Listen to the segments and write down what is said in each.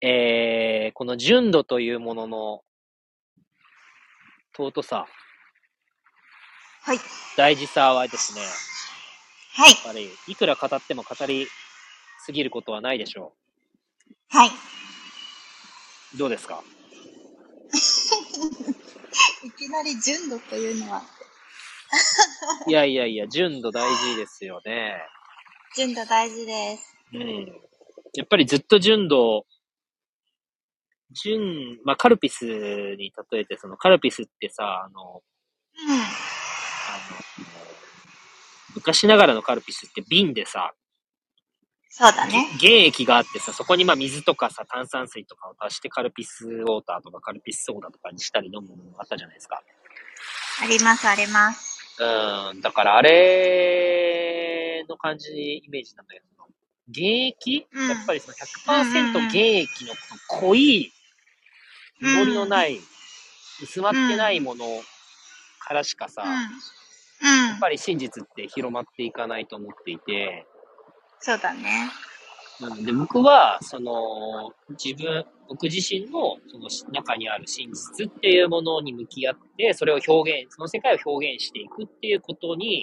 えーこの純度というものの尊さ、はい。大事さはですね、はい。あれ、いくら語っても語りすぎることはないでしょはい。う。どうですかいきなり純度というのは、いやいやいや、純度大事ですよね。純度大事です。うん。やっぱりずっと純度、純、まあ、カルピスに例えて、そのカルピスってさ、あの、うん。あの、昔ながらのカルピスって瓶でさ、そうだね。原液があってさ、そこにまあ水とかさ、炭酸水とかを足してカルピスウォーターとかカルピスソーダとかにしたり飲むものがあったじゃないですか。あります、あります。うん、だからあれの感じイメージなんだけど、現役、うんやっぱりそのうんうんうん100%現役のこの濃い、濁りのない、薄まってないものからしかさ、うん。うやんっ。ぱり真実って広まっていかないと思っていて、そうだね。うん、で僕はその自分僕自身のその中にある真実っていうものに向き合ってそれを表現その世界を表現していくっていうことに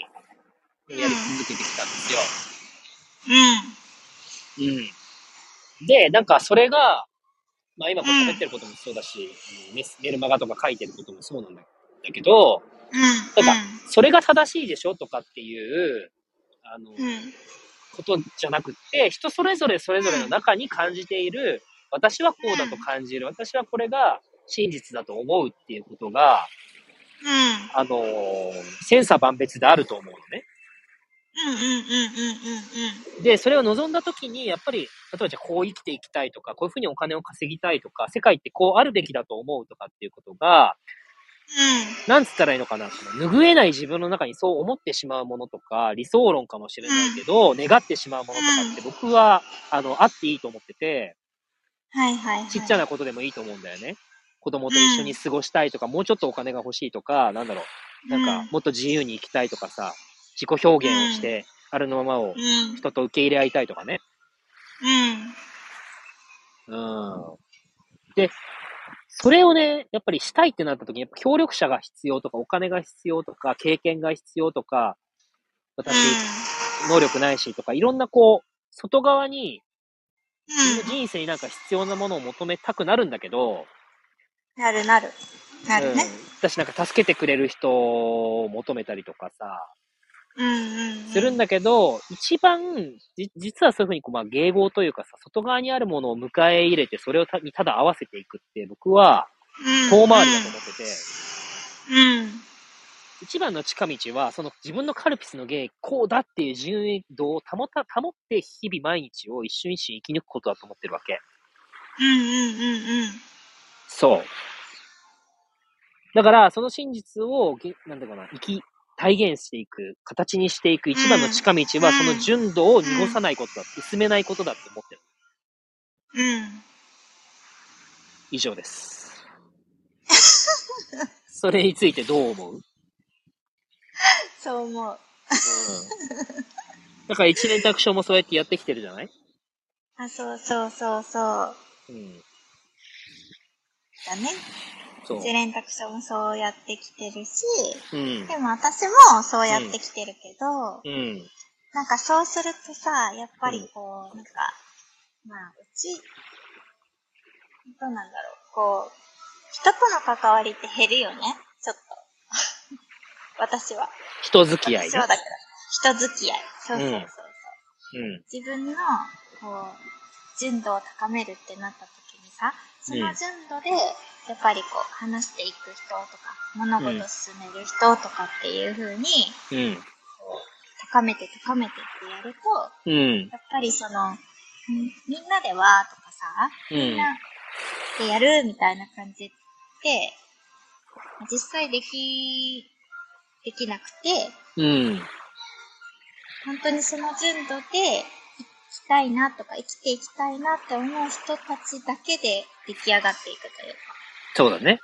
やり続けてきたんですよ。ううん。で、なんかそれが、まあ今こう喋ってることもそうだし、あのメスメルマガとか書いてることもそうなんだけど、ん。うん。そうかそれが正しいでしょとかっていう、あの、うん。うん。ことじゃなくって、人それぞれそれぞれの中に感じている、私はこうだと感じる、私はこれが真実だと思うっていうことが、うん。あの、千差万別であると思うのね。うんうんうんうんうんうん。で、それを望んだ時に、やっぱり、例えばじゃあこう生きていきたいとか、こういうふうにお金を稼ぎたいとか、世界ってこうあるべきだと思うとかっていうことが、なんつったらいいのかな、その拭えない自分の中にそう思ってしまうものとか、理想論かもしれないけど、願ってしまうものとかって僕は、あの、あっていいと思ってて、はいはい、はい。ちっちゃな。なことでもいいと思うんだよね。子供と一緒に過ごしたいとか、もうちょっとお金が欲しいとか、なんだろう、なんか、もっと自由に生きたいとかさ、自己表現をして、あるのままをうん。うん。人と受け入れ合いたいとかね。うん。うんで、それをね、やっぱりしたいってなった時に、やっぱ協力者が必要とか、お金が必要とか、経験が必要とか、私、能力ないしとか、いろんなこう、外側に、うん。人生になんか必要なものを求めたくなるんだけど、なるなる。なるうね。ん私なんか助けてくれる人を求めたりとかさ、うんうん。するんだけど、一番、じ実はそういうふうにこう、まあ、迎合というかさ、外側にあるものを迎え入れて、それをたにただ合わせていくって、僕はうん。遠回りだと思ってて、うん。うん。一番の近道は、その自分のカルピスの芸、こうだっていう純度を保た、保って日々毎日を一瞬一瞬生き抜くことだと思ってるわけ。うんうんうんうん。そう。だから、その真実を、げなんだかな、生き、体現していく、形にしていく一番の近道は、うんその純度を濁さないことだ、薄めないことだって思ってる。うん。以上です。それについてどう思うそう思う。だから一連卓章もそうやってやってきてるじゃないあ、そうそうそうそう。うん。だね。そう。一連卓書もそうやってきてるし、うん。でも私もそうやってきてるけど、うん。なんかそうするとさ、やっぱりこう、なんか、まあ、うち、どうなんだろう、こう、人との関わりって減るよね、ちょっと。 私は。人付き合い私ねは。だから、人付き合い。そうそうそうそうう。んうん。自分の、こう、純度を高めるってなった時にさ、その純度で、やっぱりこう、話していく人とか、物事を進める人とかっていう風に、うん。高めて高めてってやると、うん。やっぱりその、んみんなでわーとかさ、うみんん。なでやるみたいな感じって、実際でき、できなくて、うん。本当にその純度で生きたいなとか、生きていきたいなって思う人たちだけで出来上がっていくというそうだね。か。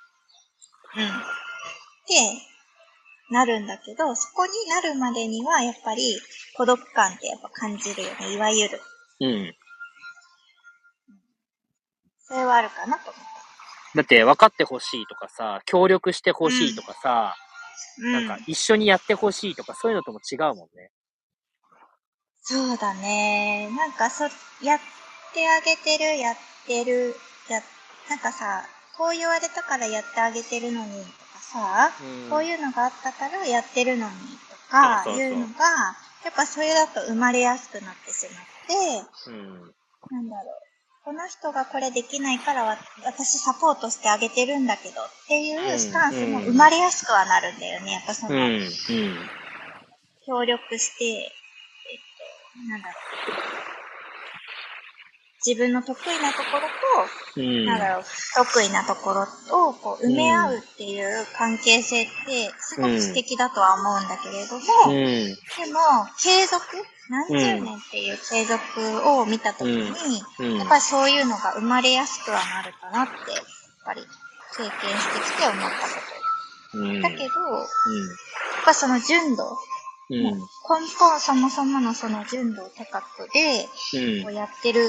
うん。で、なるんだけど、そこになるまでには、やっぱり孤独感ってやっぱ感じるよね、いわゆる。うん。それはあるかなと思っだって分かってほしいとかさ、協力してほしいとかさ、た。うん。なんか一緒にやってほしいとかそういうのとも違うもんね。そうだね。なんかそ、やってあげてる、やってる、や、なんかさ、こう言われたからやってあげてるのにとかさ、うんこういうのがあったからやってるのにとかそうそうそういうのが、やっぱそれだと生まれやすくなってしまって、うん。なんだろう。この人がこれできないからわ私サポートしてあげてるんだけどっていうスタンスも生まれやすくはなるんだよね。やっぱそうん。うの、ん。協力して、えっと、なんだろう。自分の得意なところうと、ん。なんだろう、不得意なところと、こう、埋め合うっていう関係性って、すごく素敵だとは思うんだけれども、うん。でも、継続何十年っていう継続を見たときに、うんやっぱりそういうのが生まれやすくはなるかなって、やっぱり経験してきて思ったこと。だけど、やっぱその純度、うん。もううん。根本そもそものその純度高くで、うんこうやってる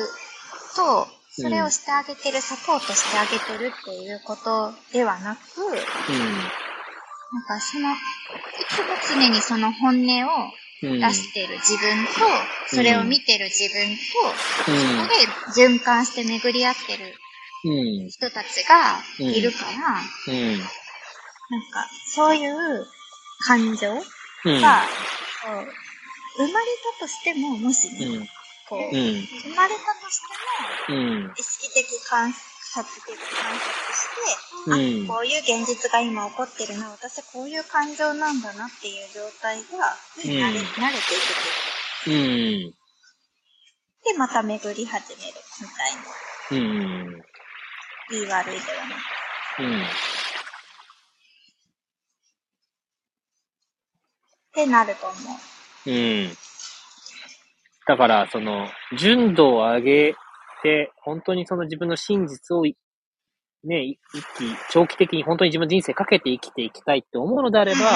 と、それをしてあげてる、サポートしてあげてるっていうことではなく、なんかその、いつも常にその本音をうん。出してる自分と、それを見てる自分うんと、そこで循環して巡り合ってるうん。人たちがいるから、なんうん。か、そういう感情が、こうん。う生まれたとしても、もしね、うん。うこう、ん。生まれたとしても、うん。意識的観察的観察して、うんあ、こういう現実が今起こってるな、私こういう感情なんだなっていう状態が、に慣れ,、うん慣れていくというかうん。で、また巡り始めるみたいな。うん。いい悪いではなく。うん。ってなると思う。うん。だから、その、純度を上げて、本当にその自分の真実をい、ね、い一気、長期的に本当に自分の人生かけて生きていきたいって思うのであれば、うん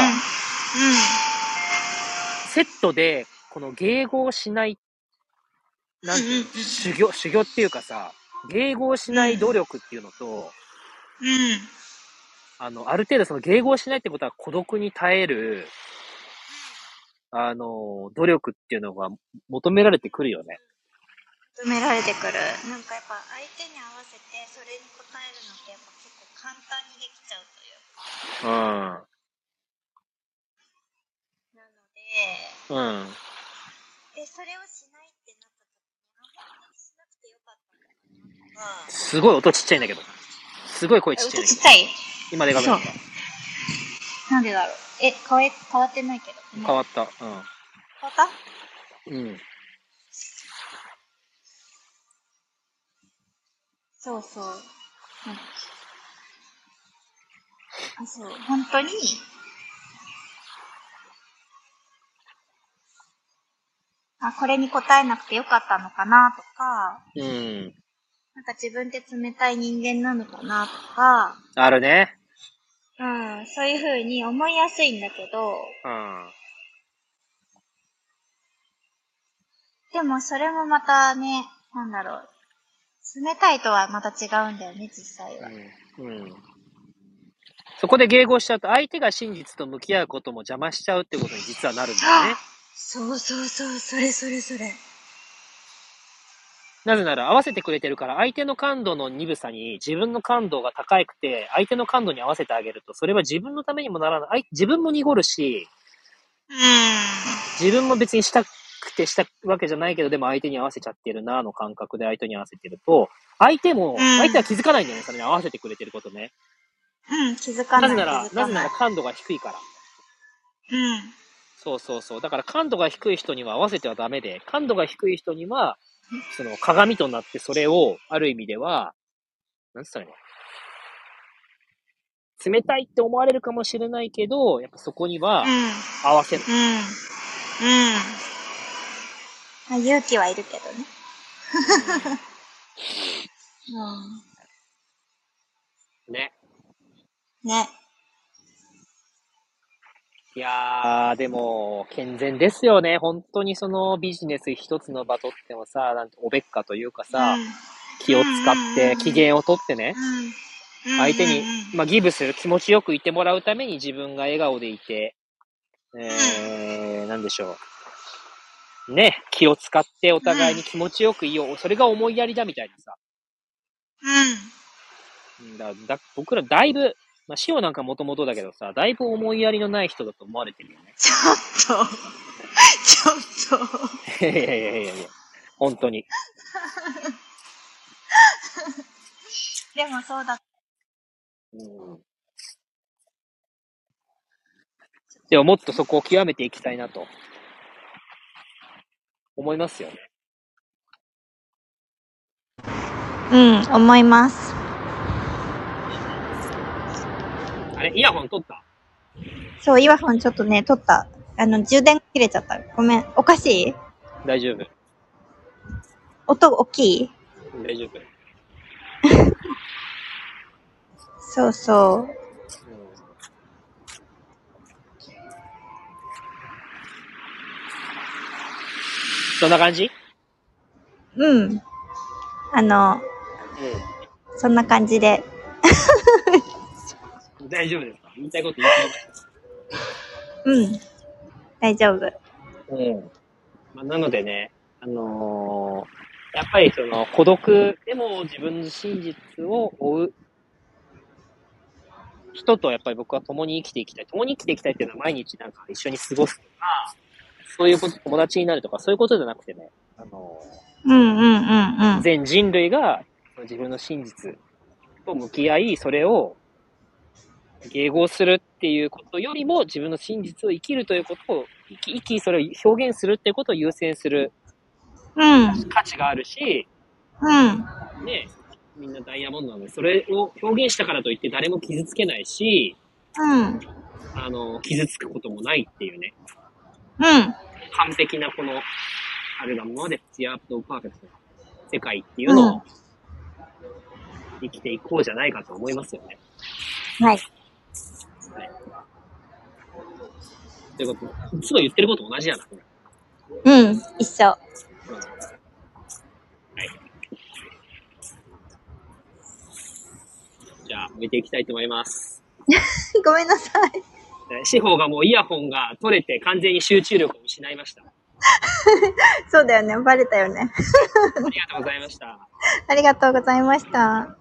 セットで、この迎合しない、なんていうのうんうんうん修行、修行っていうかさ、迎合しない努力っていうのと、うん。あの、ある程度その迎合しないってことは孤独に耐える、あの、努力っていうのが求められてくるよね。埋められてくる。なんかやっぱ相手に合わせてそれに応えるのってやっぱ結構簡単にできちゃうというか。うん。なのうで、ん。で、それをしないってなった時に、あ、本当にしなくてよかったのかなとか。すごい音ちっちゃいんだけど。すごい声ちっちゃいんだけ音ちど。っちゃい今でかくそなうった。。なんでだろう。え、変わ変わってないけど。変っわった。変わったうん。うん。そうそう。なんだっけあ、そう。本当に、あ、これに答えなくてよかったのかなとか、うん。なんか自分って冷たい人間なのかなとか、あるね。うん、そういう風に思いやすいんだけど、うん。でもそれもまたね、なんだろう。冷たいとはまた違うんだよね、実際は。うん。うん。そこで迎合しちゃうと、相手が真実と向き合うことも邪魔しちゃうってことに実はなるんだよね。そうそうそう、それそれそれ。なぜなら合わせてくれてるから、相手の感度の鈍さに自分の感度が高くて、相手の感度に合わせてあげると、それは自分のためにもならないあい。自分も濁るし、うん。自分も別にしたくてしたわけじゃないけど、でも相手に合わせちゃってるなの感覚で相手に合わせてると、相手も、うん相手は気づかないんだよね、それに合わせてくれてることね。うん、気づかな。ないぜなら気、づなかぜなないら感度が低いから。うん。そうそうそう。だから感度が低い人には合わせてはダメで、感度が低い人には、その鏡となってそれを、ある意味では、なんつったらいいの冷たいって思われるかもしれないけど、やっぱそこにはうん。うん。合わせる。うん。まあ、勇気はいるけどね。ね。うん。ね。いやー、でも、健全ですよね。本当にそのビジネス一つの場とってもさ、なんておべっかというかさ、うん気を使っうんうんうてん、機嫌をとってね、うん。相手にうんうんうん、まあ、ギブする、気持ちよくいてもらうために自分が笑顔でいて、えー、なんでしょう。ね、気を使ってお互いに気持ちよくいよう。それが思いやりだみたいなさ。うん。うんだだ僕らだいぶ、まあ、シオなんかもともとだけどさ、だいぶ思いやりのない人だと思われてるよね。 ちょっと、ちょっと。いやいやいやいやいや、本当に。でもそうだ。うんでももっとそこを極めていきたいなと、思いますよね。うん、思います。あれイヤホン取ったそう、イワホンちょっとね、取った。あの、充電切れちゃった。ごめん。おかしい大丈夫。音大きい大丈夫。そうそう。そんな感じうん。あの、そんな感じで。うん。大丈夫ですか言いたいこと言いたいうん。大丈夫。うん。まあ、なのでね、あのーやっぱりその孤独でも自分の真実を追う人とやっぱり僕は共に生きていきたい。共に生きていきたいっていうのは毎日なんか一緒に過ごすとか、そういうこと、友達になるとかそういうことじゃなくてね、あのうんうんうんーうん。全人類が自分の真実と向き合い、それを迎合するっていうことよりも、自分の真実を生きるということを、生き、生き、それを表現するってことを優先するうん。価値があるし、うん。ね、みんなダイヤモンドなので、それを表現したからといって誰も傷つけないし、うん。あの、傷つくこともないっていうね、うん。完璧なこのアルバムまで、ツヤアップパーフェクトな世界っていうのを生きていこうじゃないかと思いますよね。はい。ということいつも言ってること同じやな、これ。うん。一緒。 じゃあ、見ていきたいと思います。ごめんなさい。 え司法がもうイヤホンが取れて完全に集中力を失いました。あそうだよね。バレたよね。 りがとうございました。ありがとうございました。